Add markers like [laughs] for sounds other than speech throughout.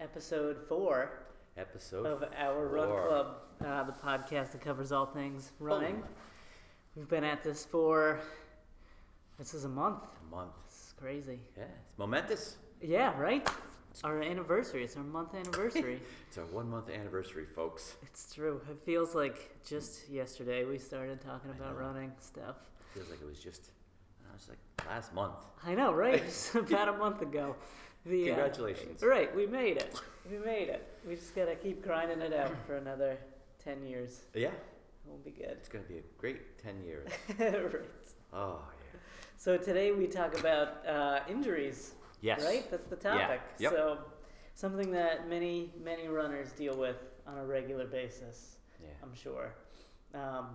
episode four Episode of our Run four. Club, uh, the podcast that covers all things running. Boom. We've been at this for this is a month. A month. This is crazy. Yeah, it's momentous. Yeah, right. Our anniversary. It's our month anniversary. [laughs] It's our one month anniversary, folks. it's true. It feels like just yesterday we started talking I about know. running stuff. Feels like it was just, I was like last month. I know, [laughs] right? Just about a month ago. The, uh, Congratulations. right, we made it. We made it. We just gotta keep grinding it out for another ten years. Yeah, We'll be good. it's gonna be a great ten [laughs] years. right. Oh So today we talk about uh, injuries, yeah. Yes. right? That's the Yeah. topic. Yep. So something that many many runners deal with on a regular basis, Yeah. I'm sure. Um,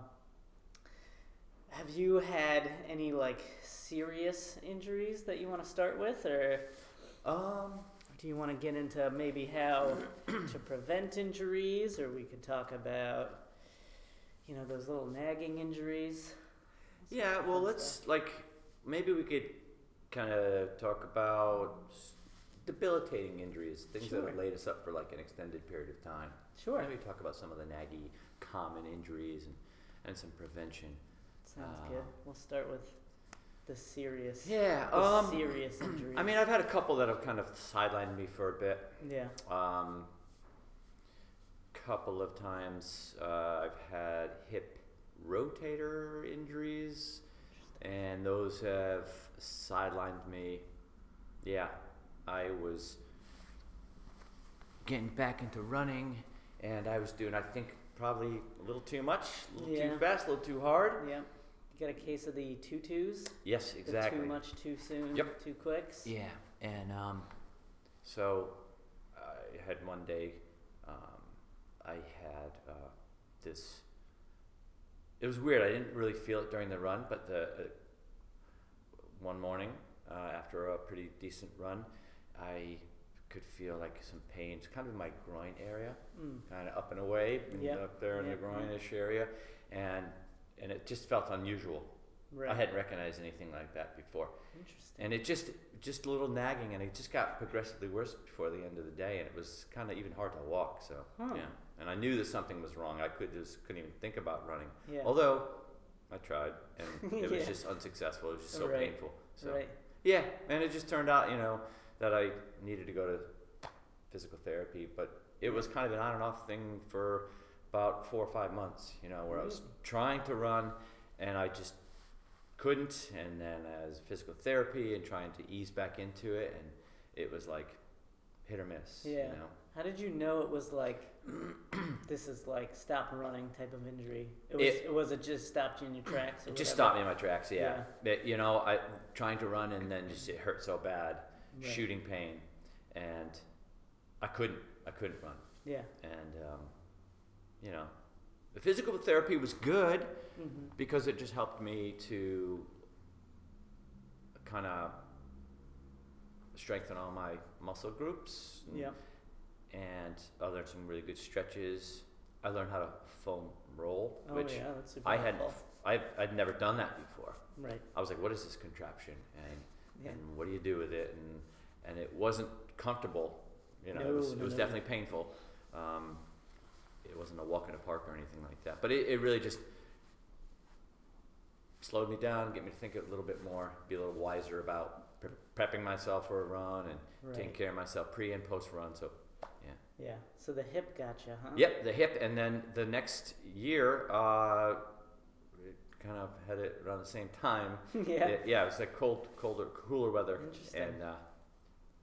have you had any like serious injuries that you want to start with, or Um. do you want to get into maybe how [clears throat] to prevent injuries, or we could talk about you know those little nagging injuries? Yeah. Well, let's like maybe we could kind of talk about s- debilitating injuries, things that Sure. have laid us up for like an extended period of time. Sure. Maybe talk about some of the naggy common injuries and, and some prevention. Sounds Uh, good. We'll start with the serious. Yeah. the um. serious injuries. [clears throat] I mean, I've had a couple that have kind of sidelined me for a bit. yeah. Um, couple of times uh, I've had hip rotator injuries, and those have sidelined me. Yeah, I was getting back into running, and I was doing, I think, probably a little too much, a little Yeah. too fast, a little too hard. Yeah. You got a case of the tutus. Yes, the exactly. Too much, too soon. Yep. Too quicks. Yeah, and um, so I had one day, um, I had uh, this. It was weird. I didn't really feel it during the run, but the uh, one morning uh, after a pretty decent run, I could feel like some pains, kind of in my groin area Mm. kind of up and away, and Yep, up there in yep, the yep. groinish area, and and it just felt unusual. Right. I hadn't recognized anything like that before. Interesting. And it just just a little nagging, and it just got progressively worse before the end of the day, and it was kind of even hard to walk. So Huh. yeah, and I knew that something was wrong. I could just couldn't even think about running. Yeah. Although I tried, [laughs] and it Yeah. was just unsuccessful. It was just so Right. painful. So Right. yeah, and it just turned out you know that I needed to go to physical therapy, but it was kind of an on and off thing for about four or five months. You know, where I was trying to run, and I just couldn't and then as physical therapy and trying to ease back into it and it was like hit or miss you Yeah. know How did you know it was like [clears throat] this is like stop running type of injury? It was. It, It- was it just stopped you in your tracks? Or it just stopped whatever? me in my tracks yeah, But, you know i trying to run and then just it hurt so bad Right. shooting pain and i couldn't i couldn't run Yeah. and um, you know the physical therapy was good Mm-hmm. because it just helped me to kind of strengthen all my muscle groups and Yeah. and I learned some really good stretches. I learned how to foam roll, Oh which yeah. That's super I had helpful. I I'd never done that before. Right. I was like, "What is this contraption?" and Yeah. and what do you do with it? And and it wasn't comfortable. You know, No, it was, no, it was no. definitely painful. Um, it wasn't a walk in a park or anything like that. But it, it really just slowed me down, get me to think a little bit more, be a little wiser about pre- prepping myself for a run and taking Right. care of myself pre and post run. So Yeah. So the hip gotcha, huh? Yep, the hip, and then the next year, uh, it kind of had it around the same time. [laughs] yeah. It- yeah, it was like cold, colder, cooler weather, Interesting. and uh,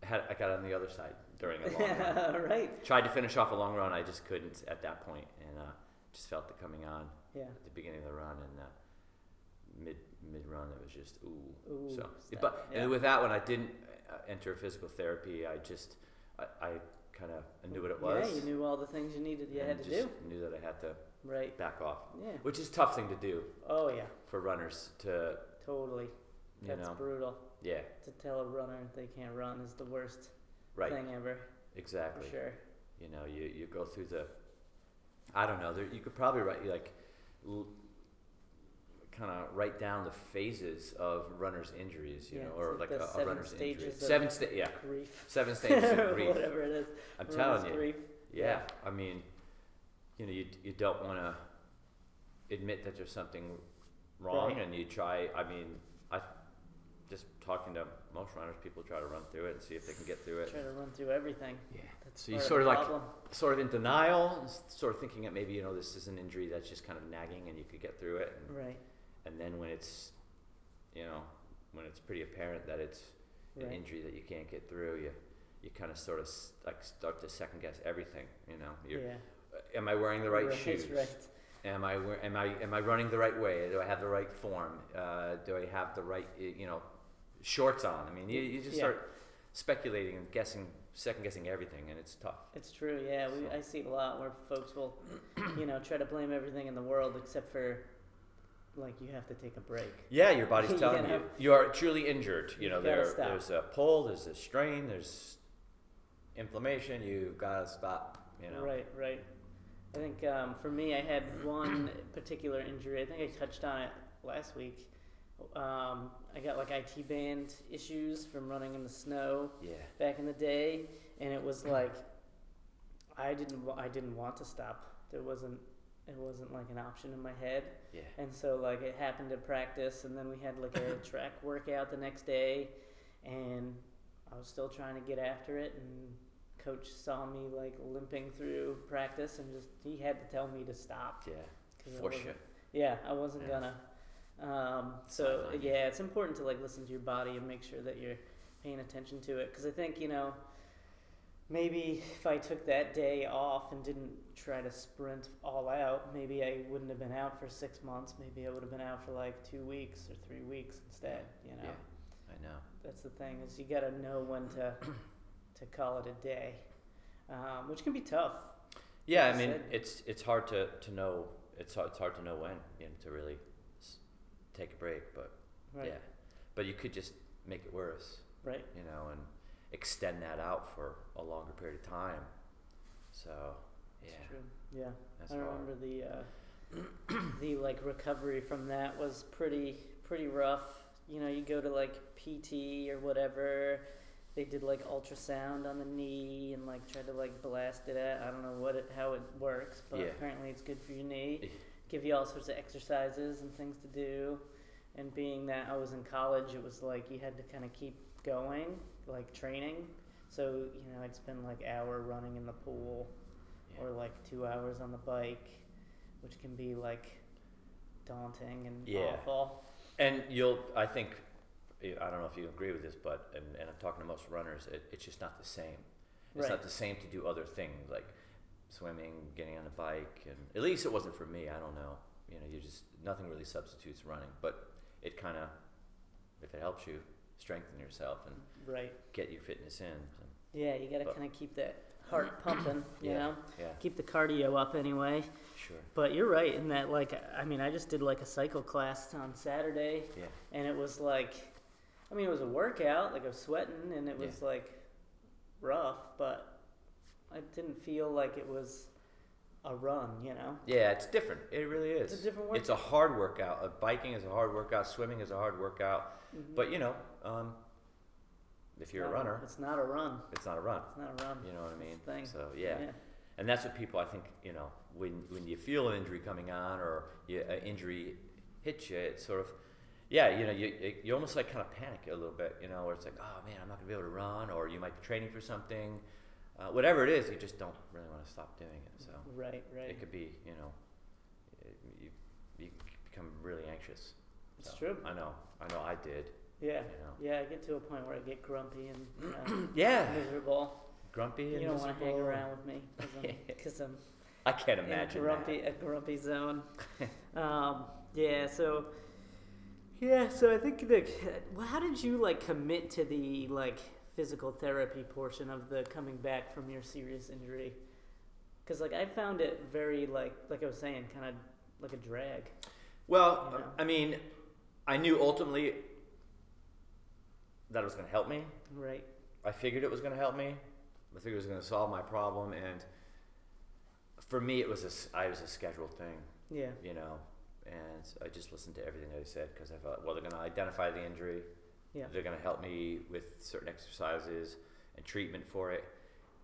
I had I got on the other side during [laughs] a long run. right. Tried to finish off a long run, I just couldn't at that point, and uh, just felt it coming on Yeah. at the beginning of the run and uh, mid mid run. It was just ooh. Ooh, so, stop. but Yeah. and with that one, I didn't uh, enter physical therapy. I just I, I kind of knew what it was. Yeah, you knew all the things you needed. You and had to just do. Knew that I had to Right. back off, Yeah. which is a tough thing to do Oh yeah. for runners to, Totally. you That's know, brutal. yeah, To tell a runner they can't run is the worst right, thing ever, for exactly. sure. You know, you, you go through the, I don't know, there, you could probably write like, l- kind of write down the phases of runners' injuries, you Yeah, know, it's or like like the a, a seven runner's injury. stages of- Seven sta- yeah, grief. [laughs] seven stages of grief. Whatever it is. I'm Runners telling you. Grief. Yeah, I mean, you know, you, you don't want to admit that there's something wrong, Right. and you try. I mean, I just talking to most runners, people try to run through it and see if they can get through it. Try to run through everything. Yeah. That's So you part sort the of like- problem. Sort of in denial, s- sort of thinking that maybe you know this is an injury that's just kind of nagging, and you could get through it. And, Right. and then when it's, you know, when it's pretty apparent that it's an Right. injury that you can't get through, you you kind of sort of s- like start to second guess everything. You know, Yeah. you're, am I wearing the right, shoes? Right. Am I wear- am I am I running the right way? Do I have the right form? Uh, do I have the right uh, you know shorts on? I mean, you, you just Yeah. start speculating and guessing, second guessing everything, and it's tough. It's true. Yeah. We, So- I see a lot where folks will, you know, try to blame everything in the world except for, like, you have to take a break. Yeah, your body's [laughs] You telling you know? you, are truly injured. You You know, gotta there, stop. there's a pull, there's a strain, there's inflammation. You've got to stop. You know, Right, right. I think um, for me, I [clears throat] had one particular injury. I think I touched on it last week. Um, I got like IT band issues from running in the snow yeah, back in the day, and it [clears throat] was like I didn't wa- I didn't want to stop. There wasn't it wasn't like an option in my head, yeah, and so like it happened at practice, and then we had like a track workout the next day, and I was still trying to get after it, and coach saw me like limping through practice, and just he had to tell me to stop. yeah. 'cause I For wasn't- sure. Yeah, I wasn't Yeah. gonna. Um, so Sideline you. yeah, it's important to like listen to your body and make sure that you're paying attention to it, because I think you know. Maybe if I took that day off and didn't try to sprint all out, maybe I wouldn't have been out for six months. Maybe I would have been out for like two weeks or three weeks instead. You know, Yeah. I know. that's the thing is you got to know when to to call it a day, um, which can be tough. Yeah, Like I I mean, said. it's it's hard to, to know. It's hard, it's hard to know when you know to really s- take a break, but Right. yeah, but you could just make it worse, Right. you know, and extend that out for a longer period of time. So yeah, It's true. Yeah. that's I hard. remember the uh, the like recovery from that was pretty pretty rough. You know, you go to like PT or whatever. They did like ultrasound on the knee and like tried to like blast it out. I don't know what it, how it works, but Yeah. apparently it's good for your knee. Yeah. Give you all sorts of exercises and things to do. And being that I was in college, it was like you had to kind of keep going, like training. So you know, I'd spend like hour running in the pool Yeah. or like two hours on the bike, which can be like daunting and Yeah. awful. And you'll, I think, I don't know if you agree with this, but and, and I'm talking to most runners, it, it's just not the same. It's Right. not the same to do other things like swimming, getting on a bike, and at least it wasn't for me. I don't know. You know, you just nothing really substitutes running, but it kind of, if it helps you, strengthen yourself and Right. get your fitness in. So, Yeah, you got to But- kind of keep that [clears throat] heart pumping, you Yeah. know? yeah, Keep the cardio up anyway. sure. But you're right in that, like, I mean, I just did like a cycle class on Saturday, Yeah, and it was like, I mean, it was a workout, like, I was sweating, and it Yeah. was like rough, but I didn't feel like it was a run, you know? yeah, it's different. It really is. It's a different workout. It's a hard workout. Uh, biking is a hard workout. Swimming is a hard workout. Mhm. But you know, um, if you're a Not runner, It's not a run. it's not a run. It's not a run. You know what I That's mean? the thing. So yeah. and that's what people I think you know when when you feel an injury coming on or you, an injury hits you, it's sort of yeah, you know, you, you- you almost like kind of panic a little bit, you know, where it's like, oh man, I'm not gonna be able to run, or you might be training for something, uh, whatever it is, you just don't really want to stop doing it. So Right, right. it could be, you know, it, you you become really anxious. It's So, true. I know, I know, I did. Yeah. You know, Yeah, I get to a point where I get grumpy and [clears throat] you yeah, know, miserable. grumpy. You and don't want to hang miserable. around with me [laughs] because I'm, I can't 'cause I'm in imagine grumpy, a grumpy [laughs] zone. um, yeah, so. Yeah, so I think the. Well, how did you like commit to the like physical therapy portion of the coming back from your serious injury? Because like I found it very like like I was saying, kind of like a drag. Well, um, You know? I mean, I knew ultimately that it was going to help me. Right. I figured it was going to help me. I figured it was going to solve my problem. And for me, it was a s I was a scheduled thing. Yeah. You know, and I just listened to everything they said because I thought, well, they're going to identify the injury. Yeah. They're going to help me with certain exercises and treatment for it,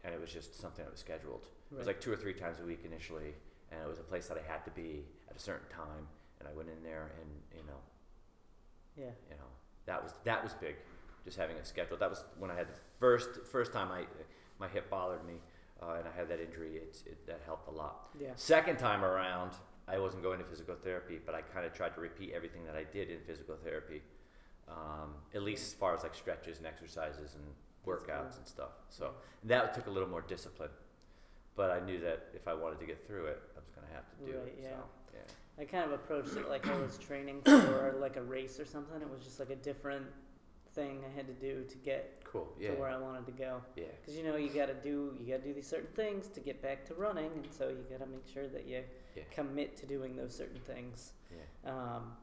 and it was just something that was scheduled. It was Right. like two or three times a week initially, and it was a place that I had to be at a certain time, and I went in there, and you know, yeah. you know, that was that was big, just having it scheduled. That was when I had the first first time I my hip bothered me, uh, and I had that injury. It's it, that helped a lot. Yeah. Second time around, I wasn't going to physical therapy, but I kind of tried to repeat everything that I did in physical therapy, um, at least as far as like stretches and exercises and workouts cool. and stuff. So that took a little more discipline, but I knew that if I wanted to get through it, I was going to have to do Right, it. yeah. So, yeah. I kind of approached it like I was training for like a race or something. It was just like a different thing I had to do to get Cool. Yeah. to where I wanted to go. Yeah. Because you know you gotta do you gotta do these certain things to get back to running, and so you gotta make sure that you Yeah. commit to doing those certain things. Yeah. Um,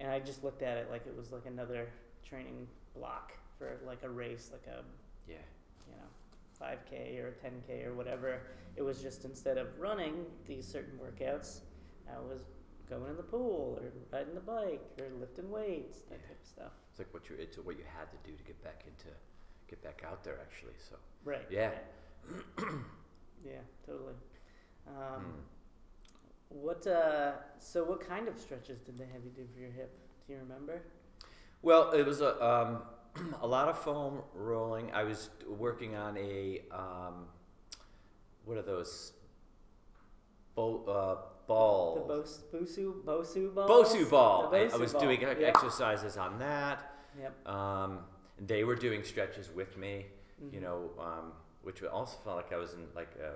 and I just looked at it like it was like another training block for like a race, like a Yeah. you know, 5K or 10K or whatever. It was just instead of running these certain workouts, I was going in the pool or riding the bike or lifting weights, that Yeah. type of stuff. It's like what you it's what you had to do to get back into get back out there actually. So Right. Yeah. right. yeah, [coughs] totally. Um, Hmm. What? Uh, so, what kind of stretches did they have you do for your hip? Do you remember? Well, it was a um, [clears throat] a lot of foam rolling. I was working on a um, what are those bo- uh, The balls? Bos- Bosu Bosu ball. Bosu ball. I, I was doing yep. exercises on that. Yep. Um, they were doing stretches with me, you Mhm. know, um, which I also felt like I was in like a,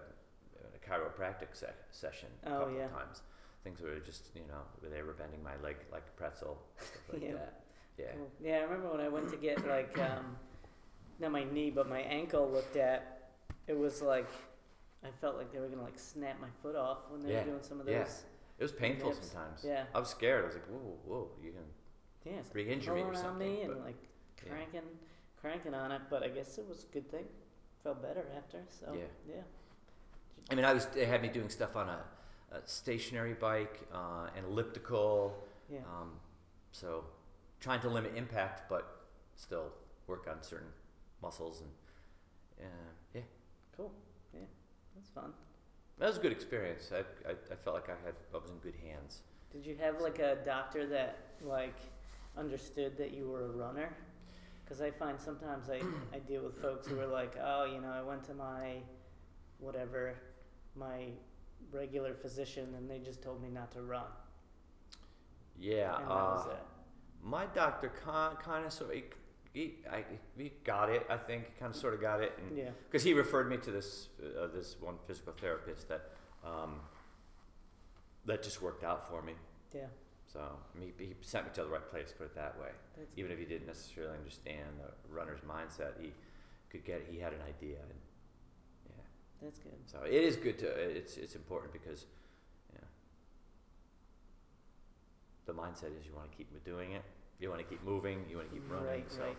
a chiropractic se- session a Oh, couple yeah. of times. Things were just, you know, where they were bending my leg like a pretzel, stuff like [laughs] Yeah. that. Yeah. Cool. Yeah, I remember when I went to get like um, not my knee but my ankle looked at. It was like I felt like they were gonna like snap my foot off when they Yeah, were doing some of yeah. those. It was painful hips. sometimes. Yeah, I was scared. I was like, whoa, whoa, you can yeah. it's bring injury or pulling on me something. and But like yeah. cranking, cranking on it. But I guess it was a good thing. Felt better after. So Yeah. yeah. I mean, I was they had me doing stuff on a, a stationary bike, uh, an elliptical. Yeah. Um, so trying to limit impact, but still work on certain muscles and uh, yeah, Cool. Yeah. That's fun. that was a good experience. I, I, I felt like I had I was in good hands. Did you have like a doctor that like understood that you were a runner? Because I find sometimes [clears throat] I, I deal with folks who are like, oh, you know, I went to my whatever, my regular physician, and they just told me not to run, Yeah. and that uh, was it. my doctor kind kind of sort of he, I, he got it. I think he kind of sort of got it and. Yeah. because he referred me to this uh, this one physical therapist that um, that just worked out for me. Yeah. So I mean, he, he sent me to the right place, put it that way. That's Even if he didn't necessarily understand the runner's mindset, he could get he had an idea. And, yeah, that's good. so it is good to it's it's important because yeah, the mindset is you want to keep doing it, you want to keep moving, you want to keep running. Right, so right.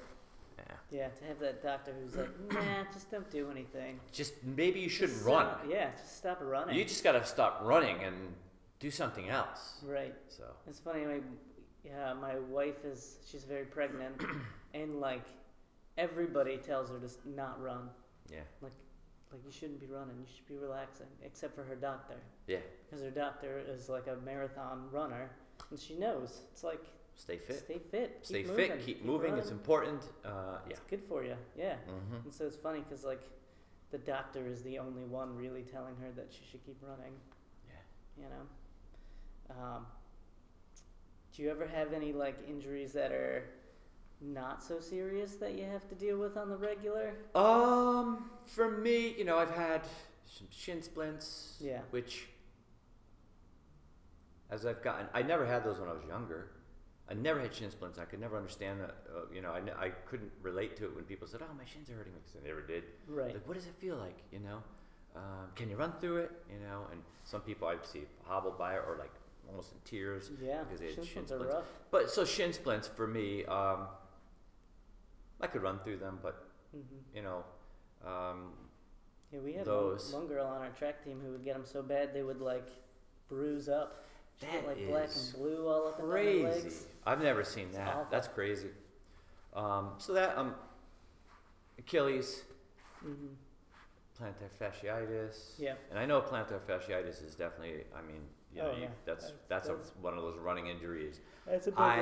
yeah, Yeah, to have that doctor who's like, [clears throat] nah, just don't do anything. just maybe you should Just run. stop- Yeah, just stop running. You just gotta stop running and do something else. right. So It's funny. My yeah, my wife is she's very [clears throat] pregnant, and like everybody tells her to s- not run. yeah, Like you shouldn't be running. You should be relaxing. Except for her doctor, yeah, because her doctor is like a marathon runner, and she knows. It's like stay fit, stay fit, keep stay, moving, fit, keep moving. It's running. important. Uh, yeah. It's good for you. Yeah. Mm-hmm. And so it's funny because like the doctor is the only one really telling her that she should keep running. You know. Um, do you ever have any like injuries that are not so serious that you have to deal with on the regular? Yeah. Um, for me, you know, I've had some shin splints. Yeah. Which, as I've gotten, I never had those when I was younger. I never had shin splints. I could never understand that. Uh, you know, I, ne- I couldn't relate to it when people said, "Oh, my shins are hurting me," 'cause I never did. Right. Like, what does it feel like? You know, um, can you run through it? You know, and some people I'd see hobbled by it or like almost in tears. Yeah. because they had shin shin splints are splints. rough. But so shin splints for me, um, I could run through them, but hmm you know, um, Yeah, we had Those. One, one girl on our track team who would get them so bad they would like bruise up. She got That like black is and blue all up and down her Crazy. legs. I've never seen that. awful. That's crazy. Um, so that um, Achilles, hmm plantar fasciitis. Yeah. And I know plantar fasciitis is definitely. I mean, you know, Oh, you, yeah. that's That's- that's, that's- a, one of those running injuries. That's a big one.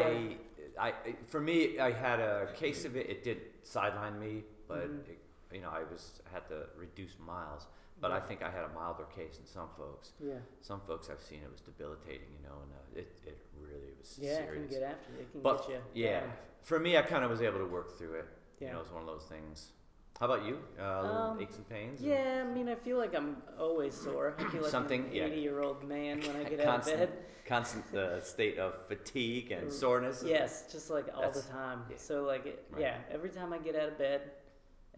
I, I, for me, I had a case of it. It did sideline me, but Mhm. it, you know, I was had to reduce miles. But I think I had a milder case than some folks. yeah, Some folks I've seen it was debilitating, you know, and uh, it, it really was yeah, it serious. can get after you. It can But get you. yeah, for me, I kind of was able to work through it. yeah. You know, it's one of those things. How about you? Uh, little Um, aches and pains. and- Yeah, I mean, I feel like I'm always sore. I feel like Something, an yeah. eighty-year-old man when [laughs] I get out of Constant bed. Constant uh, state of fatigue Mm. and soreness. Yes, just like all the That's- time. yeah. So like, it, Right. yeah, every time I get out of bed,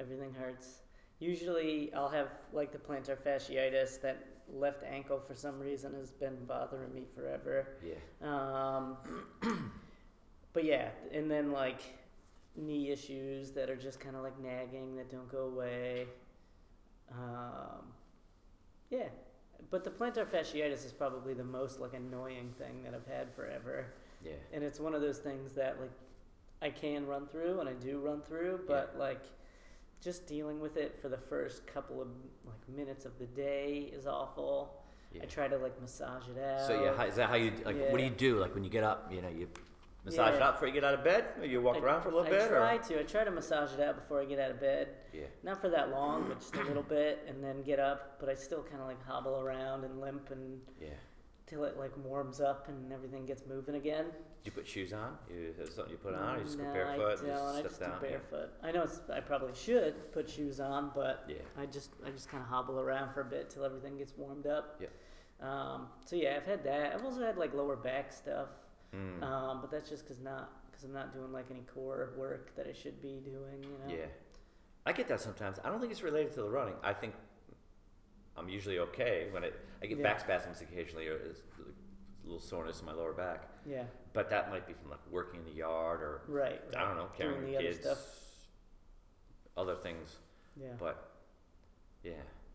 everything hurts. Usually, I'll have like the plantar fasciitis. That left ankle, for some reason, has been bothering me forever. Yeah. Um, [clears throat] but yeah, and then like knee issues that are just kind of like nagging that don't go away. Um, yeah, but the plantar fasciitis is probably the most like annoying thing that I've had forever, Yeah. and it's one of those things that like I can run through and I do run through, but like just dealing with it for the first couple of like minutes of the day is awful. Yeah. I try to like massage it out. so yeah, how, is that how you like? What do yeah. you do like when you get up? You know, you massage it Yeah. out before you get out of bed. Or you walk I- around for a little I bit. try Or? to. I try to massage it out before I get out of bed. Yeah. Not for that long, but just a [clears throat] little bit, and then get up. But I still kind of like hobble around and limp and Yeah. till it like warms up and everything gets moving again. Um, Do you put shoes on? You, is that something you put on? Or you just go no, barefoot? I and don't. I Just just step down. do barefoot. I know it's, I probably should put shoes on, but Yeah. yeah. I just I just kind of hobble around for a bit till everything gets warmed up. Yep. Um, so yeah, I've had that. I've also had like lower back stuff, Mm. um, but that's just because not because I'm not doing like any core work that I should be doing. You know. Yeah. I get that sometimes. I don't think it's related to the running. I think I'm usually okay when it. I get Yeah. back spasms occasionally, or it's like a little soreness in my lower back. Yeah. But that might be from like working in the yard, or Right. I don't know, carrying Doing the other kids, other things. Yeah. But yeah,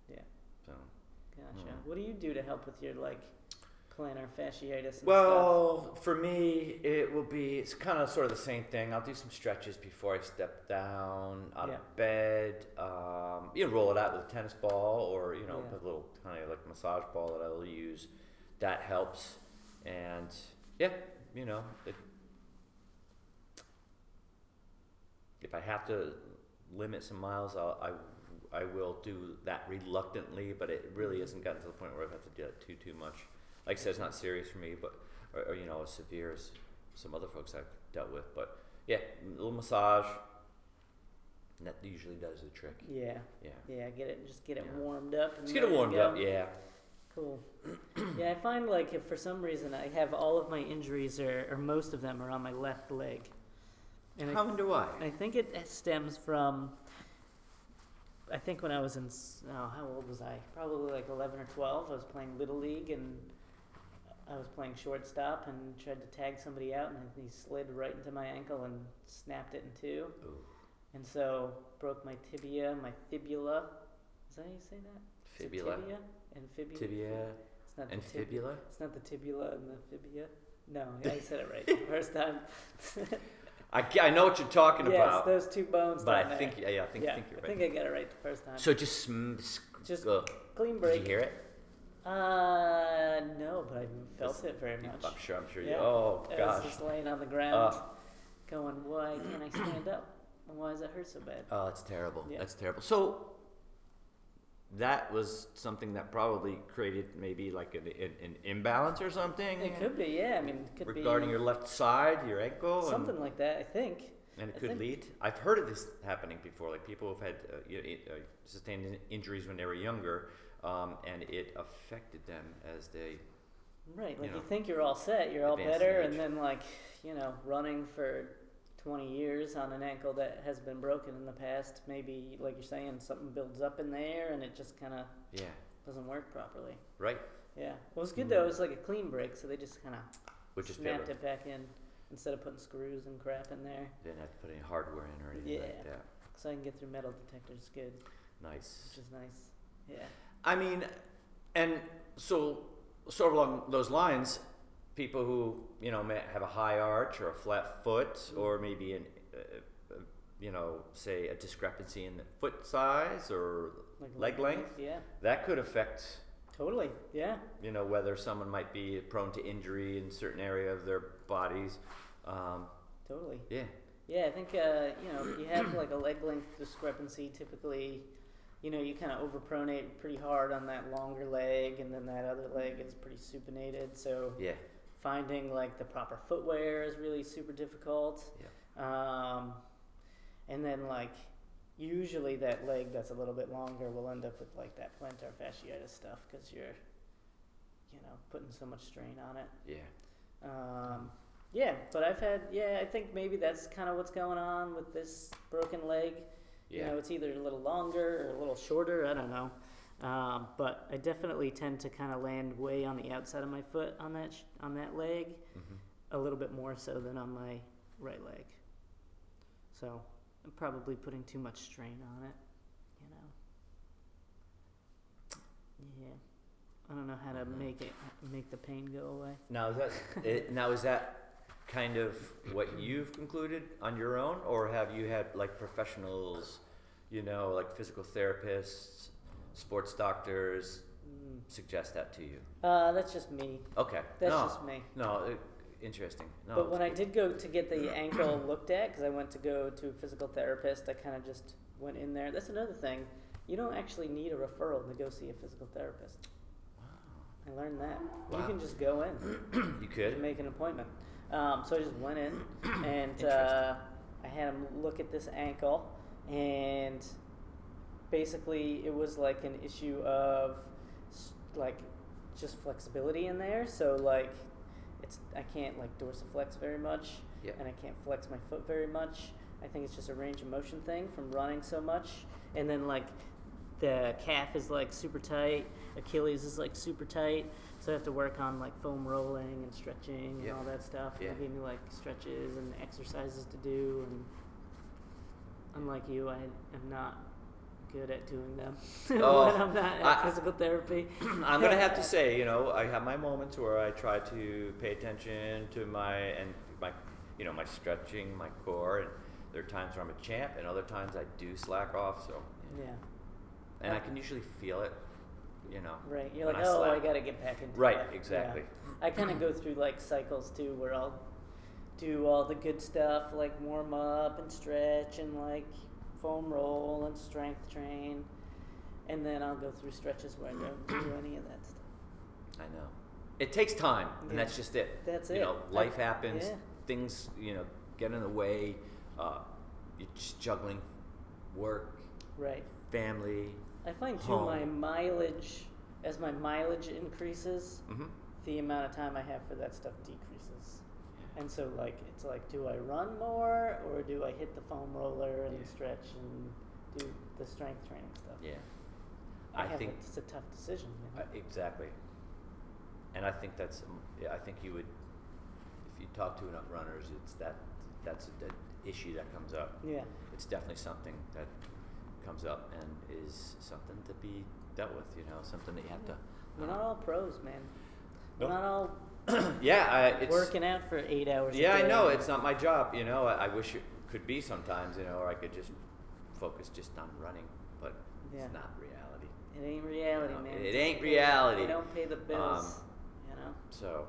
Yeah. So Gotcha. Mm. What do you do to help with your like plantar fasciitis? And well, for me, it will be. It's kind of sort of the same thing. I'll do some stretches before I step down out Yeah. of bed. Um, you know, roll it out with a tennis ball, or you know, Yeah. a little kind of like massage ball that I'll use. That helps, and yeah, you know, it, if I have to limit some miles, I'll, I I will do that reluctantly. But it Mm-hmm. really hasn't gotten to the point where I've had to do it too too much. Like I said, it's not serious for me, but or, or you know, as severe as some other folks I've dealt with. But yeah, a little massage. And that usually does the trick. stuff? Yeah. Yeah. Yeah. Get it. Just get it Yeah. warmed up. and Just get it ready to warmed go. up. Yeah. Cool. yeah, I find like if for some reason I have all of my injuries are, or most of them are on my left leg, and I How do I? I think it stems from. I think when I was in, s- oh, how old was I? Probably like 11 or 12. I was playing Little League and I was playing shortstop and tried to tag somebody out and he slid right into my ankle and snapped it in two. Ooh, And so broke my tibia, my fibula. Is that how you say that? Is it fibula, Tibia? And fibula? tibia, It's not and the tibia. fibula. It's not the tibula and the fibia. No, I said it right [laughs] the first time. I, ca- I know what you're talking yes, about, those two bones. but down I there. think yeah, I think yeah, I think you're I right. think I got it right the first time. so just sm- sc- Just uh, Clean did break. you hear it? Uh, no, but I felt it very You- much. I'm sure. I'm sure. Yeah. You, oh I was gosh. Uh. just laying on the ground, Ugh. going, "Why can't I stand up? And why does it hurt so bad?" Oh, that's terrible. Yeah. That's terrible. So that was something that probably created maybe like an, an, an imbalance or something. It could be, yeah. I mean, it could regarding be your left side, your ankle, and- something like that. I think. and, it I could think- lead. I've heard of this happening before. Like people have had uh, you know, in- uh, sustained in- injuries when they were younger, um, and it affected them as they. Right, You like you, know, think you're all set, you're all advanced better, age. and then like you know, running for 20 years on an ankle that has been broken in the past, maybe like you're saying, something builds up in there and it just kind of Yeah. doesn't work properly. Right. Yeah, well, it was good though. It was like a clean break, so they just kind of Which is snapped better. it back in instead of putting screws and crap in there. They didn't have to put any hardware in or anything Yeah. like that. So I can get through metal detectors good, Nice. which is nice. Yeah. I mean, and so sort of along those lines, people who you know may have a high arch or a flat foot Mm-hmm. or maybe an uh, uh, you know say a discrepancy in the foot size or Leg length? Yeah, that could affect totally. Yeah. you know whether someone might be prone to injury in certain area of their bodies um, Totally. yeah Yeah, I think uh, you know if you have [coughs] like a leg length discrepancy, typically, you know, you kind of overpronate pretty hard on that longer leg, and then that other leg is pretty supinated. So yeah finding like the proper footwear is really super difficult. Yeah. Um, and then like usually that leg that's a little bit longer will end up with like that plantar fasciitis stuff because you're, you know, putting so much strain on it. yeah Um, yeah, but I've had yeah. I think maybe that's kind of what's going on with this broken leg. You yeah know, it's either a little longer or a little shorter. I don't know. Um, but I definitely tend to kind of land way on the outside of my foot on that sh- on that leg hmm a little bit more so than on my right leg. So I'm probably putting too much strain on it, you know. Yeah, I don't know how to Mhm. make it make the pain go away. now is [laughs] that it, now is that kind of what you've concluded on your own or have you had like professionals you know like physical therapists sports doctors Mm. suggest that to you Uh, that's just me. okay That's no just me. no it, interesting no but when I it's did go to get the ankle looked at, because I went to go to a physical therapist, I kind of just went in there. That's another thing. You don't actually need a referral to go see a physical therapist. I learned that. You Wow. can just go in good. you and could make an appointment. Um, so I just went [clears throat] in and Interesting. uh, I had him look at this ankle, and basically it was like an issue of s- like just flexibility in there. So like it's I can't like dorsiflex very much, Yeah. and I can't flex my foot very much. I think it's just a range of motion thing from running so much, and then like the calf is like super tight, Achilles is like super tight. So I have to work on like foam rolling and stretching and Yeah. all that stuff. Yeah. And they gave me like stretches and exercises to do, and unlike you, I am not good at doing them [laughs] Oh, when I'm not at I- physical therapy. [clears throat] I'm gonna have to say, you know, I have my moments where I try to pay attention to my and my, you know, my stretching, my core, and there are times where I'm a champ, and other times I do slack off. So, Yeah, and Uh, I can usually feel it, you know. right. You're when like, oh, I slack. gotta get back into Right, that." Yeah. exactly. I kind of go through like cycles too, where I'll do all the good stuff like warm up and stretch and like foam roll and strength train, and then I'll go through stretches where I don't do any of that stuff. I know. It takes time, Yeah. and that's just it. That's you it. know, life I- happens. yeah. Things, you know, get in the way. Uh, you're just juggling work, Right. family. I find too Home. my mileage, as my mileage increases, hmm the amount of time I have for that stuff decreases. And so, like, it's like, do I run more or do I hit the foam roller and Yeah. stretch and do the strength training stuff? Yeah. I, I have think it- it's a tough decision. you I, know? exactly. And I think that's, um, yeah, I think you would, if you talk to enough runners, it's that, that's an issue that comes up. yeah. It's definitely something that comes up and is something to be dealt with, you know, something that you have to. We're not all pros, man. We're Nope. not all [clears throat] Yeah, I, it's. working out for eight hours. Yeah, a I day. know, it's not my job, you know, I, I wish it could be sometimes, you know, or I could just focus just on running, but Yeah. it's not reality. It ain't reality, No, man. it ain't They- They reality. don't pay the bills. Um, you know. So,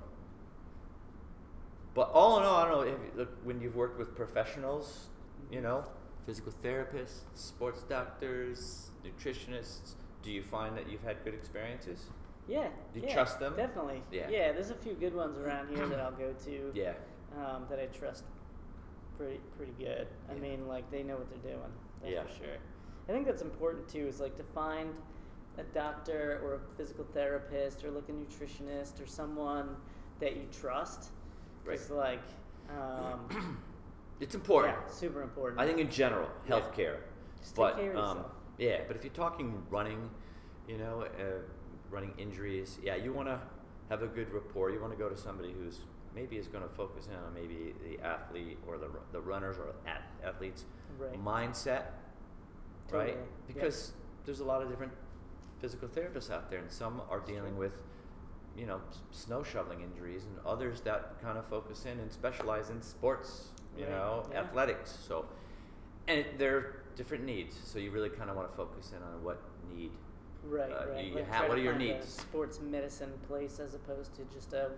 but all in all, I don't know. If, look, when you've worked with professionals, you know, physical therapists, sports doctors, nutritionists, do you find that you've had good experiences? Yeah. You yeah, trust them? Definitely. Yeah. Yeah. There's a few good ones around here that I'll go to. [clears throat] Yeah, um, that I trust pretty pretty good. I Yeah. mean, like they know what they're doing. That's Yeah. for sure. I think that's important too. Is like to find a doctor or a physical therapist or like a nutritionist or someone that you trust. Right. It's like [clears throat] um, it's important. yeah, super important. I think in general, Yeah. healthcare. Just but take care of um, yourself. yeah, but if you're talking running, you know, uh, running injuries, yeah, you want to have a good rapport. You want to go to somebody who's maybe is going to focus in on maybe the athlete or the ru- the runners or ath- athletes Right. mindset, Totally. right? Yeah. Because there's a lot of different physical therapists out there, and some are That's dealing true. with you know s- snow shoveling injuries, and others that kind of focus in and specialize in sports, you Right, know, yeah. athletics. So, and it, there are different needs. So you really kind of want to focus in on what need. Right, Uh, right. you- you Like, ha- try to what are your find needs? A sports medicine place as opposed to just a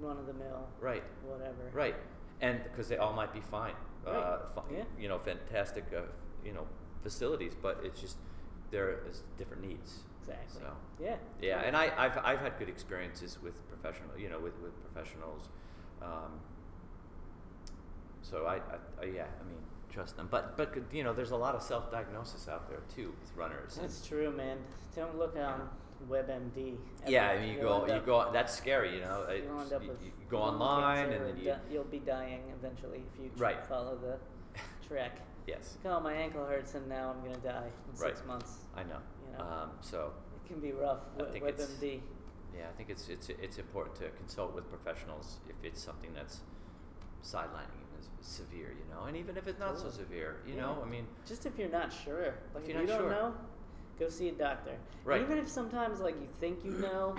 run of the mill, Right. whatever. Right, and because they all might be fine, uh, Right, fi- yeah. you know, fantastic, uh, you know, facilities, but it's just there is different needs. Exactly. So Yeah. yeah, and I, I've I've had good experiences with professional, you know, with with professionals. Um, so I, I, I yeah, I mean, trust them, but but you know, there's a lot of self-diagnosis out there too with runners. and- That's true, man. Don't look on WebMD. Ever. yeah, I mean, you You'll go, end you up- go. That's scary, you know. It's- You'll end up you, with you go lung online cancer and or then you, di- you'll [laughs] be dying eventually if you tr- Right. follow the track. yes, Oh, my ankle hurts and now I'm gonna die in six Right. months. I know. You know. Um, so It can be rough. I Web- think it's- WebMD. Yeah, I think it's it's it's important to consult with professionals if it's something that's sidelining you as severe, you know, and even if it's not so Totally. severe, you Yeah. know, I mean, Just if you're not sure, like if, you're you not don't sure. know, go see a doctor. And Right. Even if sometimes like you think you [clears throat] know,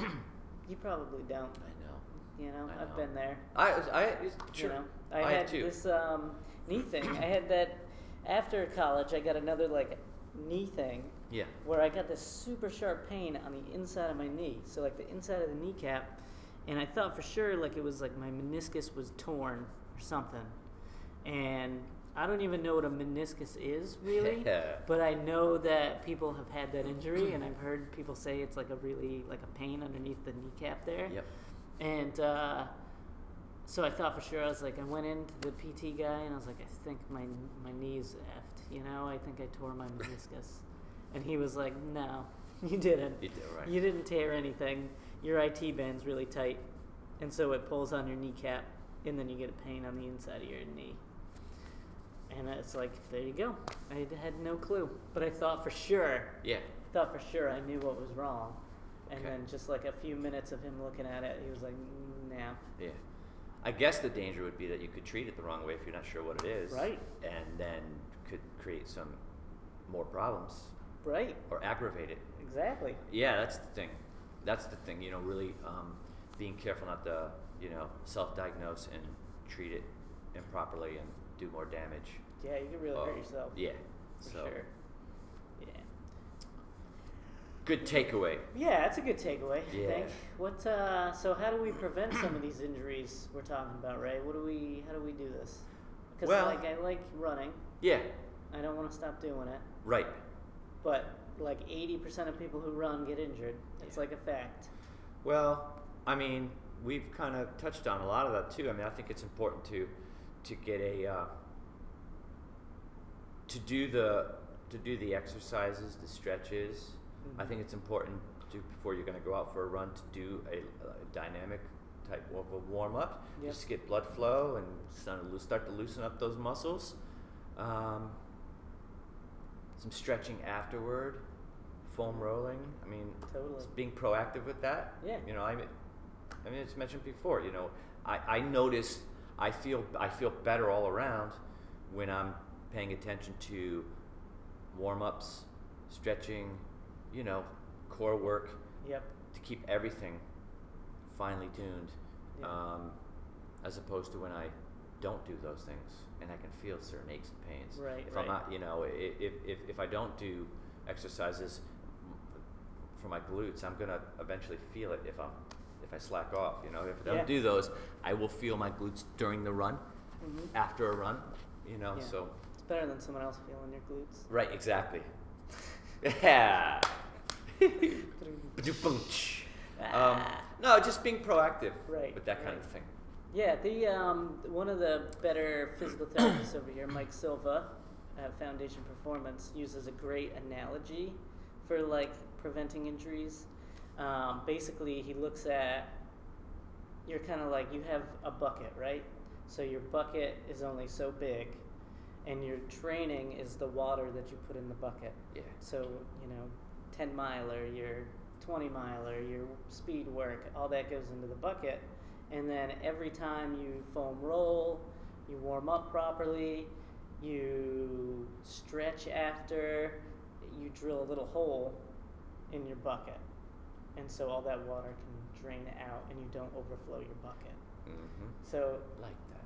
you probably don't. I know, You know, I I've know. been there. I I it's- sure, You know, I, I have had too. this um, knee thing. I had that after college. I got another like knee thing yeah, where I got this super sharp pain on the inside of my knee. So like the inside of the kneecap, and I thought for sure like it was like my meniscus was torn or something. And I don't even know what a meniscus is really. [laughs] Yeah. But I know that people have had that injury, and I've heard people say it's like a really like a pain underneath the kneecap there. yep, And uh, so I thought for sure I was like I went into the PT guy and I was like I think my my knees effed, you know I think I tore my meniscus, and he was like No, [laughs] you didn't. you did right, You didn't tear anything. Your IT band's really tight, and so it pulls on your kneecap, and then you get a pain on the inside of your knee. And it's like there you go. I had no clue, but I thought for sure yeah, thought for sure I knew what was wrong. And Okay. then just like a few minutes of him looking at it, he was like, "Nah, yeah. I guess the danger would be that you could treat it the wrong way if you're not sure what it is, Right. And then could create some more problems right, or aggravate it. exactly, Yeah, that's the thing. That's the thing. You know, really um, being careful not to you know self-diagnose and treat it improperly and do more damage. yeah, you could really hurt Oh, yourself, Yeah. for so sure." Yeah, good takeaway. yeah, that's a good takeaway. I Yeah. think. What? Uh, so, how do we prevent some of these injuries we're talking about, Ray? What do we? How do we do this? Because Well- like I like running, Yeah. I don't want to stop doing it, Right. but like eighty percent of people who run get injured. It's Yeah. like a fact. Well, I mean, we've kind of touched on a lot of that too. I mean, I think it's important to to get a uh, to do the to do the exercises, the stretches. I Mhm. think it's important to before you're going to go out for a run to do a, a dynamic type of a warm up, Yep. just to get blood flow and start to loo- start to loosen up those muscles. Um, some stretching afterward, foam rolling. I mean, Totally. it's being proactive with that. Yeah. You know, I mean, I mean, it's mentioned before. You know, I, I notice I feel I feel better all around when I'm paying attention to warm ups, stretching, you know, core work Yep. to keep everything finely tuned, Yeah. um, as opposed to when I don't do those things and I can feel certain aches and pains. Right, If right. I'm not, you know, i- if, if, if I don't do exercises for my glutes, I'm gonna eventually feel it if I'm if I slack off. You know, if I don't Yeah. do those, I will feel my glutes during the run, Mhm. after a run. You know, Yeah. so It's better than someone else feeling your glutes. right, [laughs] exactly. Yeah. um, no, just being proactive Ah. Right, with that kind right. of thing. Yeah, the um, one of the better physical therapists over here, Mike Silva at Foundation Performance, uses a great analogy for like preventing injuries. Um, basically, he looks at you're kind of like you have a bucket, right? So your bucket is only so big, and your training is the water that you put in the bucket. Yeah. So, you know, 10 miler, your 20 miler, your speed work, all that goes into the bucket. And then every time you foam roll, you warm up properly, you stretch after, you drill a little hole in your bucket. and so all that water can drain out, and you don't overflow your bucket. Mm-hmm. So Like that.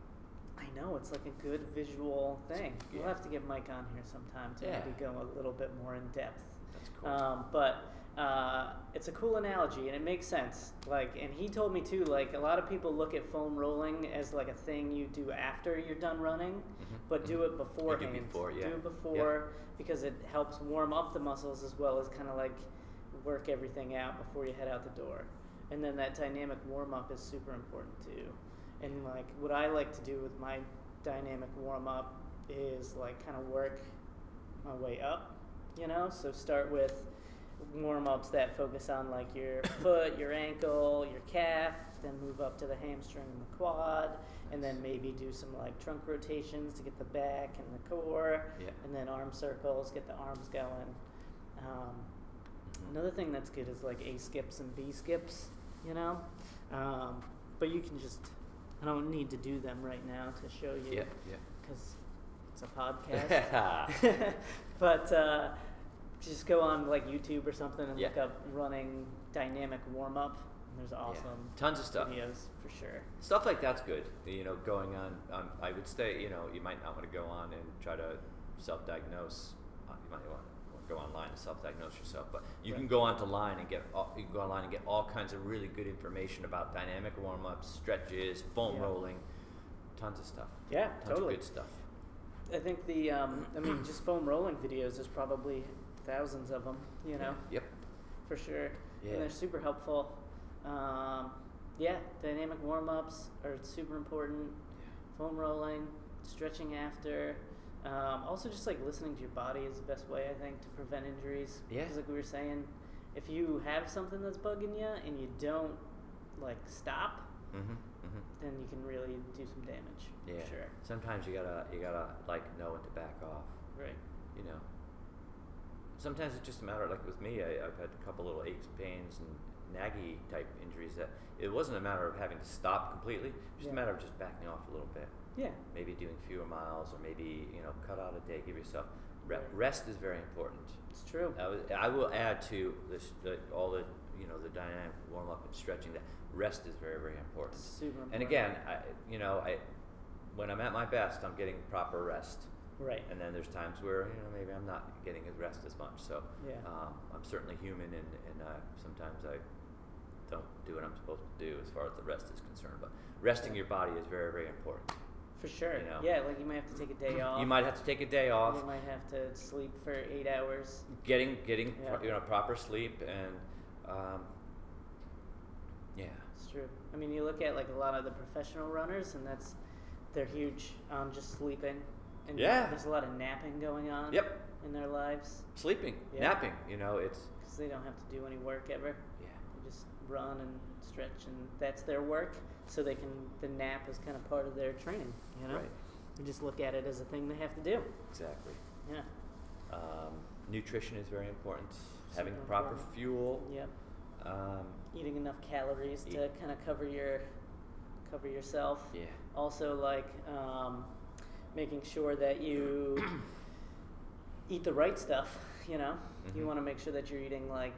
I know it's like a good visual thing. yeah. We'll have to get Mike on here sometime to Yeah. maybe go a little bit more in depth. That's cool. Um, but uh, it's a cool analogy, and it makes sense. Like, and he told me too. Like, a lot of people look at foam rolling as like a thing you do after you're done running, Mhm, but do it beforehand. before, yeah. Do it before because it helps warm up the muscles as well as kind of like work everything out before you head out the door. And then that dynamic warm up is super important too. And like what I like to do with my dynamic warm up is like kind of work my way up, you know? So start with warm ups that focus on like your foot, your ankle, your calf, then move up to the hamstring and the quad, and then maybe do some like trunk rotations to get the back and the core, Mm-hmm. Yeah. and then arm circles, get the arms going. Um, Mhm. another thing that's good is like A skips and B skips, you know? Um, but you can just, I don't need to do them right now to show you Yeah. because it's a [laughs] podcast. Yeah. [laughs] but uh, just go on like YouTube or something and Yeah. look up running dynamic warm up. There's awesome Tons of stuff. videos for sure. Stuff like that's good. You know, going on. Um, I would say you know you might not want to go on and try to self-diagnose. Uh, you might want to go online and self-diagnose yourself, but you can Right. go onto line and get all, you can go online and get all kinds of really good information about dynamic warm-ups, stretches, foam Yeah. rolling, tons of stuff. Yeah, Tons totally. of good stuff. I think the, um, I mean, just foam rolling videos. There's probably thousands of them, you know, Yep. for sure. Yeah. And they're super helpful. Um, yeah, dynamic warm ups are super important. Foam rolling, stretching after. Um, also, just like listening to your body is the best way, I think, to prevent injuries. Yeah. 'Cause like we were saying, if you have something that's bugging you and you don't like stop, Mm-hmm. Mm-hmm. then you can really do some damage. for Yeah. Sure. Sometimes you gotta you gotta like know when to back off. Right. you know, sometimes it's just a matter, like with me, I, I've had a couple little aches, pains, and naggy type injuries that it wasn't a matter of having to stop completely, just Yeah. a matter of just backing off a little bit. Yeah. Maybe doing fewer miles, or maybe, you know, cut out a day, give yourself. Re- Right. Rest is very important. It's true. I, was, I will add to this, the, all the, you know, the dynamic warm up and stretching that rest is very, very important. It's super important. And again, I, you know, I, when I'm at my best, I'm getting proper rest. Right. And then there's times where you know maybe I'm not getting as rest as much. So Yeah. um, I'm certainly human, and and uh, sometimes I don't do what I'm supposed to do as far as the rest is concerned. But resting your body is very very important. For sure. you know. Yeah, like you might have to take a day off. You might have to take a day off, You might have to sleep for eight hours. getting getting pro- Yeah. you know proper sleep and um, yeah It's true. I mean, you look at like a lot of the professional runners, and that's they're huge on just sleeping. And Yeah. There's a lot of napping going on. Yep. In their lives sleeping Yeah. napping. You know it's because they don't have to do any work ever. yeah They just run and stretch, and that's their work. So they can the nap is kind of part of their training. You know. right You just look at it as a thing they have to do. exactly. Yeah. Um, nutrition is very important. Having Super proper important. fuel. Yep. Um, Eating enough calories to Yeah. kind of cover your cover yourself. yeah. also like um, making sure that you eat the right stuff you know you Mhm. want to make sure that you're eating like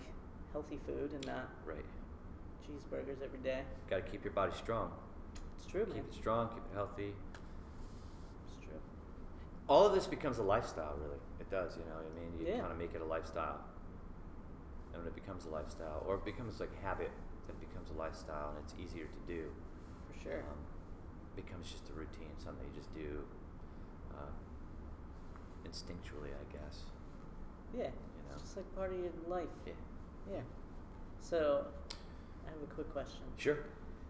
healthy food and not Right. cheeseburgers every day Got to keep your body strong. it's true man Keep it strong, keep it healthy. it's true All of this becomes a lifestyle, really. It does, you know. what I mean, you Yeah. kind of make it a lifestyle, and when it becomes a lifestyle, or it becomes like habit, then it becomes a lifestyle, and it's easier to do. for sure Um, becomes just a routine, something you just do um, instinctually, I guess. yeah know. it's just like part of your life Yeah. yeah so i have a quick question Sure.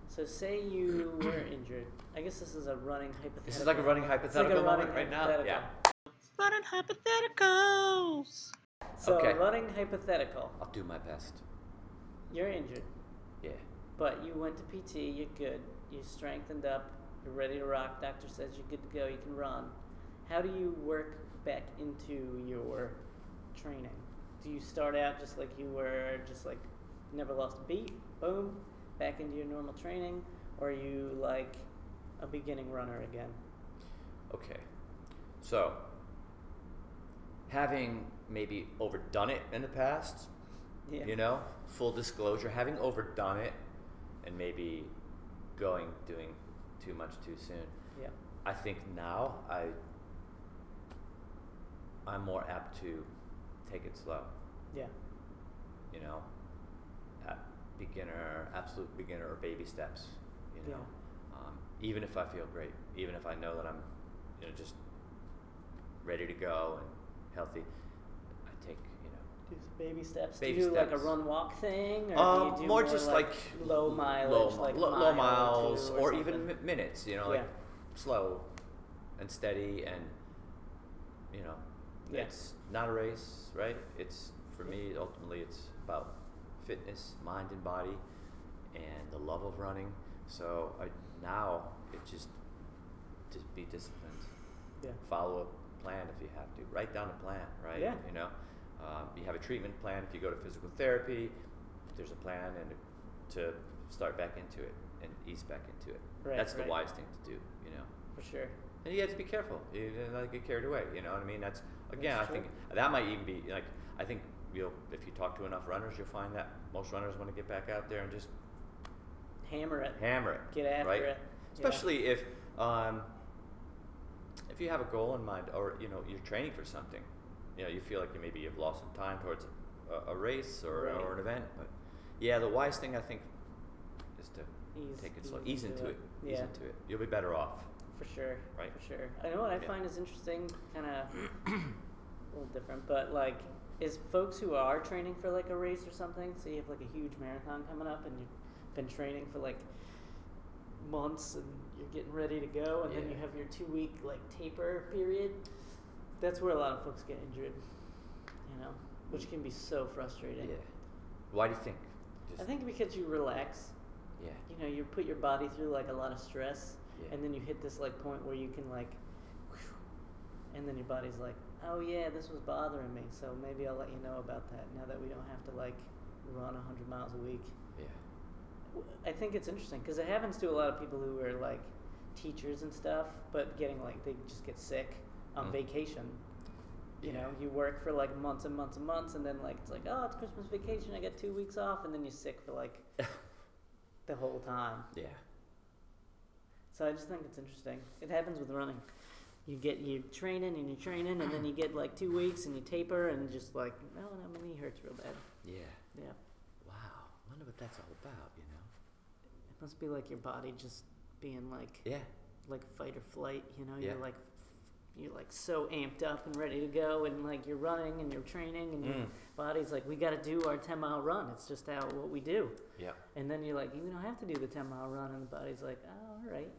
so say you were injured i guess this is a running hypothetical This is like a running It's like a hypothetical running moment right now. Yeah. hypothetical. running hypotheticals so Okay. running hypothetical I'll do my best. you're injured Yeah. But you went to PT, you're good, you strengthened up, you're ready to rock, doctor says you're good to go, you can run. How do you work back into your training? Do you start out just like you were, just like never lost a beat, boom, back into your normal training? Or are you like a beginning runner again? Okay. So, having maybe overdone it in the past, Yeah. You know, full disclosure, having overdone it and maybe going doing too much too soon. Yeah. I think now I I'm more apt to take it slow. Yeah. You know, at beginner, absolute beginner, or baby steps. You know, um, even if I feel great, even if I know that I'm, you know, just ready to go and healthy, I take you know Do some baby steps. Baby do you do like steps. a run walk thing, or Um, do you do more just like, low l- mileage, low, like low, mile low miles, two or, or even something? mi- minutes. You know, like Yeah. slow and steady, and you know, Yeah. it's not a race, right? It's for me ultimately, it's about fitness, mind and body, and the love of running. So I, now it just just be disciplined, yeah, follow a plan if you have to, write down a plan, right? Yeah. You know, um, you have a treatment plan if you go to physical therapy. There's a plan and to start back into it and ease back into it. Right, That's right. the wise thing to do, you know. for sure. And you have to be careful. You do not get carried away. You know what I mean? That's again. That's I think true. that might even be like. I think you'll if you talk to enough runners, you'll find that most runners want to get back out there and just Hammer it. hammer it. Get after right? it. Yeah. Especially if um, if you have a goal in mind, or you know you're training for something. You know you feel like you maybe you've lost some time towards a, a race or, Right. or an event. But yeah, the wise thing I think is to Ease- take it slow, ease ease into into it, it. ease Yeah. into it. You'll be better off. For sure. Right. For sure. I know what I Yeah. find is interesting, kind of a little different, but like, is folks who are training for like a race or something, so you have like a huge marathon coming up and you've been training for like months and you're getting ready to go, and then you Yeah. have your two week like taper period, that's where a lot of folks get injured, you know, which can be so frustrating. Why do you think? I think because you relax Yeah. you know you put your body through like a lot of stress Yeah. and then you hit this like point where you can like whew, and then your body's like oh yeah this was bothering me so maybe i'll let you know about that now that we don't have to like run 100 miles a week Yeah. i think it's interesting because it happens to a lot of people who are like teachers and stuff but getting like they just get sick on Mm. vacation you Yeah. know you work for like months and months and months and then like it's like oh it's christmas vacation i got two weeks off and then you're sick for [laughs] like the whole time yeah. So I just think it's interesting. It happens with running. You get you training and you training, and then you get like two weeks and you taper, and just like, no, no, my knee hurts real bad. Yeah. Yeah, Wow. Wonder what that's all about. You know. it must be like your body just being like Yeah. like fight or flight. You know, Yeah. you're like you're like so amped up and ready to go, and like you're running and you're training, and your Mm. body's like, we got to do our ten mile run. It's just how what we do. Yeah. And then you're like, you don't have to do the 10 mile run. And the body's like, oh, all right.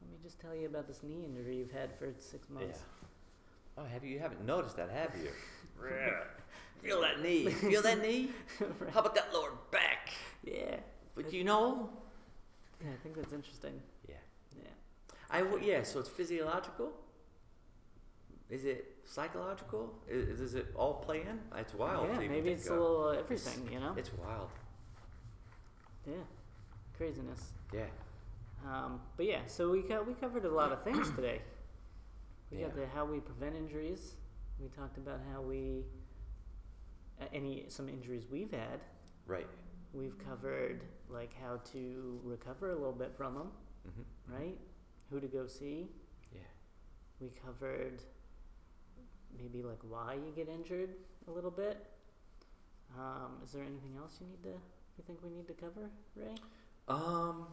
Let me just tell you about this knee injury you've had for six months. Oh, have you? You haven't noticed that, have you? Yeah. Feel that knee. Feel that knee. [laughs] Right. How about that lower back? Yeah. But you know. Yeah, I think that's interesting. Yeah. Yeah. I w- yeah. So it's physiological. Is it psychological? Is, does it all play in? It's wild. to yeah, even maybe think it's a of. little uh, everything, you know? It's wild. Yeah. Craziness. Yeah. Um, but yeah, so we, co- we covered a lot of [coughs] things today. We got Yeah. the how we prevent injuries. We talked about how we, uh, any, some injuries we've had. Right. We've covered like how to recover a little bit from them. hmm right? Who to go see. Yeah. We covered maybe like why you get injured a little bit. Um, is there anything else you need to you think we need to cover, Ray? Um,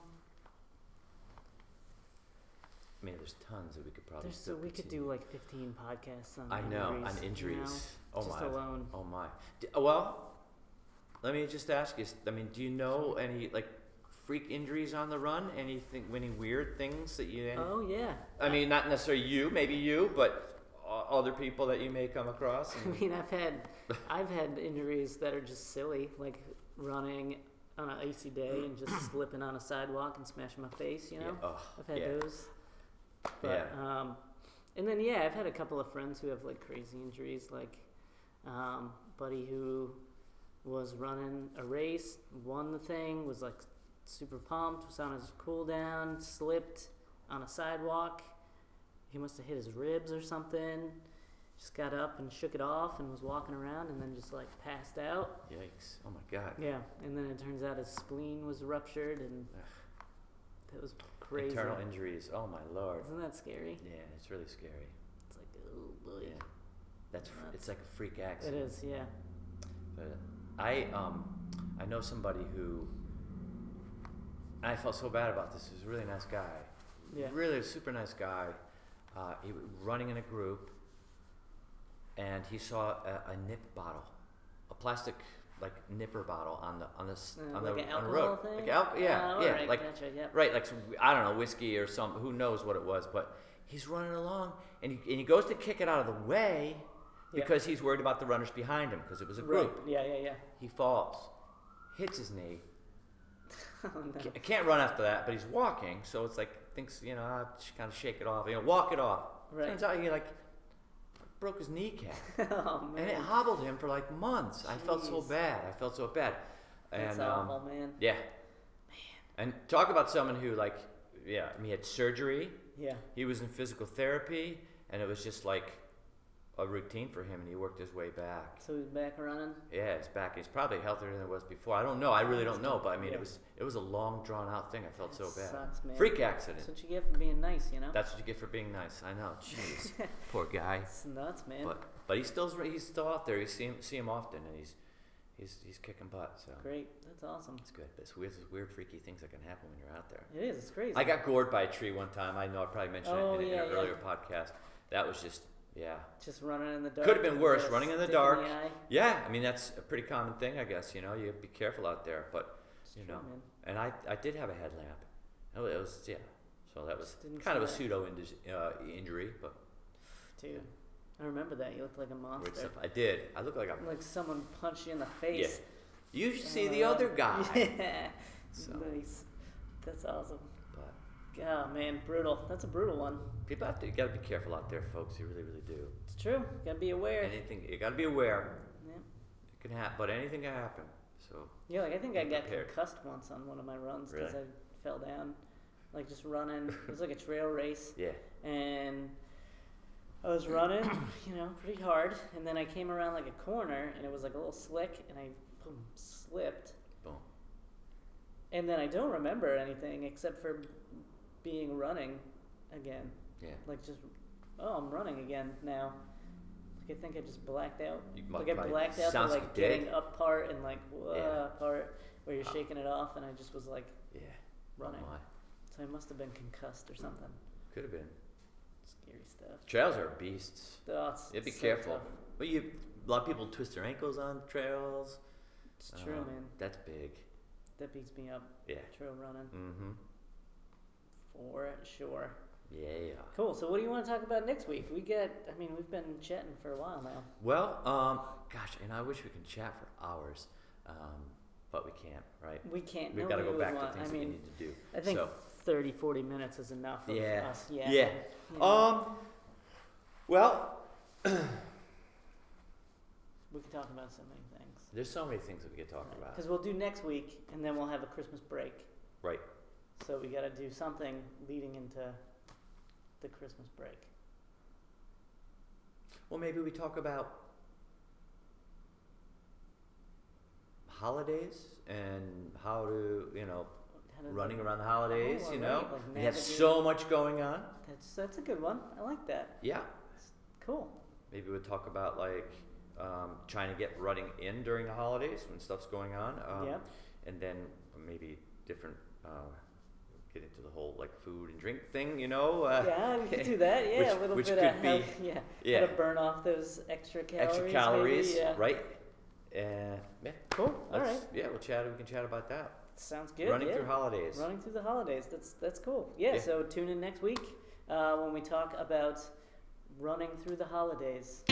I mean, there's tons that we could probably. There's, so still we could do continue. like 15 podcasts on. I know injuries, on you injuries. know, Oh just my. alone. Oh my. D- oh, well, let me just ask you. s- I mean, do you know any like freak injuries on the run? Anything? Any weird things that you? Oh yeah. I mean, not necessarily you. Maybe you, but o- other people that you may come [laughs] across. I and- mean, I've had [laughs] I've had injuries that are just silly, like running on an icy day and just [clears throat] slipping on a sidewalk and smashing my face. [laughs] You know. yeah. Oh, I've had yeah. those. But, Um, and then yeah, I've had a couple of friends who have like crazy injuries, like um, buddy who was running a race, won the thing, was like super pumped, was on his cool down, slipped on a sidewalk. He must have hit his ribs or something. Just got up and shook it off and was walking around and then just like passed out. Yikes! Oh my God. Yeah, and then it turns out his spleen was ruptured and Ugh. that was crazy. Internal injuries. Oh my lord. Isn't that scary? Yeah, it's really scary. It's like, oh boy. Yeah. That's fr- That's- it's like a freak It accident. is, yeah. But I um I know somebody who I felt so bad about this. He was a really nice guy. Yeah. Really a super nice guy. Uh, he was running in a group and he saw a, a nip bottle. A plastic like nipper bottle on the on the s- Uh, on like the an on the alcohol road. thing? Like al- yeah, Oh, yeah, alright, like gotcha, yep. Right, like some, I don't know, whiskey or some, who knows what it was, but he's running along and he, and he goes to kick it out of the way Yeah. because he's worried about the runners behind him because it was a Right. group. Yeah, yeah, [laughs] yeah. He falls, hits his knee. Oh, no. Ca- Can't run after that, but he's walking, so it's like thinks you know, I kind of shake it off, you know, walk it off. Right. Turns out he like broke his kneecap [laughs] oh and it man. hobbled him for like months. I felt so Jeez. bad. I felt so bad. And That's um, awful, man. yeah. And talk about someone who like yeah, I mean, he had surgery. Yeah. He was in physical therapy and it was just like a routine for him and he worked his way back. So he's back running. Yeah, his back He's probably healthier than it was before. I don't know. I really don't know, but I mean Yeah. it was it was a long drawn out thing. I felt That so bad. sucks, man. Freak That's accident. what you get for being nice, you know? That's what you get for being nice. I know. [laughs] Jeez. Poor guy. That's nuts, man. But but he's still he's still out there. You see him see him often and he's he's he's kicking butt, so Great. That's awesome. it's good. But it's weird there's weird freaky things that can happen when you're out there. It is. It's crazy. I got gored by a tree one time. I know I probably mentioned Oh, it in, yeah, an yeah. earlier podcast. That was just, yeah. just running in the dark. Could have been with worse, a running in the stick dark. the eye. Yeah, I mean, that's a pretty common thing, I guess. You know, you be careful out there. But, It's you true, know. man. and I, I did have a headlamp. Oh, it was, yeah. So that was Just didn't kind of a try. pseudo indu- uh, injury, but Dude, I remember that. You looked like a monster. weird stuff. I did. I look like I'm. Like someone punched you in the face. You should see the Uh, other guy. [laughs] Yeah. So, Nice. That's awesome. but God, man, brutal. That's a brutal one. people have to, you gotta be careful out there, folks. You really, really do. It's true. Gotta be aware. Anything, you gotta be aware. Yeah. It can happen, but anything can happen. So, Yeah, like I think I Be got prepared. concussed once on one of my runs because Really? I fell down, like just running. It was like a trail race, yeah. and I was [coughs] running, you know, pretty hard. And then I came around like a corner, and it was like a little slick, and I boom slipped. Boom. And then I don't remember anything except for being running again. Yeah. Like just, oh, I'm running again now. Like I think I just blacked out. You mu- like I probably- blacked out the sounds like like you did. getting up part and like whoa Yeah. part where you're Wow. shaking it off, and I just was like Yeah. running. Oh my. So I must have been concussed or something. Could have been. Scary stuff. Trails are beasts. Oh, it's, Yeah, be so careful. tough. But you, a lot of people twist their ankles on trails. It's true, Um, man. That's big. That beats me up. Yeah. Trail running Mm-hmm. for sure. Yeah. Cool. So what do you want to talk about next week? We get. I mean, we've been chatting for a while now. Well, um, gosh, and I wish we could chat for hours, um, but we can't, right? We can't. We've got nobody to go would back want- to things I that we mean, need to do. I think so, thirty, forty 30, 40 minutes is enough of Yeah. us. Yeah. Yeah. You know, um, well, we can talk about so many things. there's so many things that we could talk about. Because we'll do next week, and then we'll have a Christmas break. Right. So we got to do something leading into the Christmas break. Well, maybe we talk about holidays and how to, you know, How does running that- around the holidays, Oh, you alright, know. like we have navigating- so much going on. That's that's a good one. I like that. Yeah. Cool. Maybe we'll talk about like um, trying to get running in during the holidays when stuff's going on. Um, yep. And then maybe different, uh, get into the whole like food and drink thing, you know. Uh, yeah, we could [laughs] do that. Yeah, which- a little which bit could of be- health- yeah, yeah. to burn off those extra calories. Extra maybe, calories, yeah. right? Uh, yeah. Cool. All let's- right. Yeah, we'll chat. We can chat about that. Sounds good. running yeah. through holidays. Running through the holidays. That's that's cool. Yeah. Yeah. So tune in next week uh, when we talk about running through the holidays.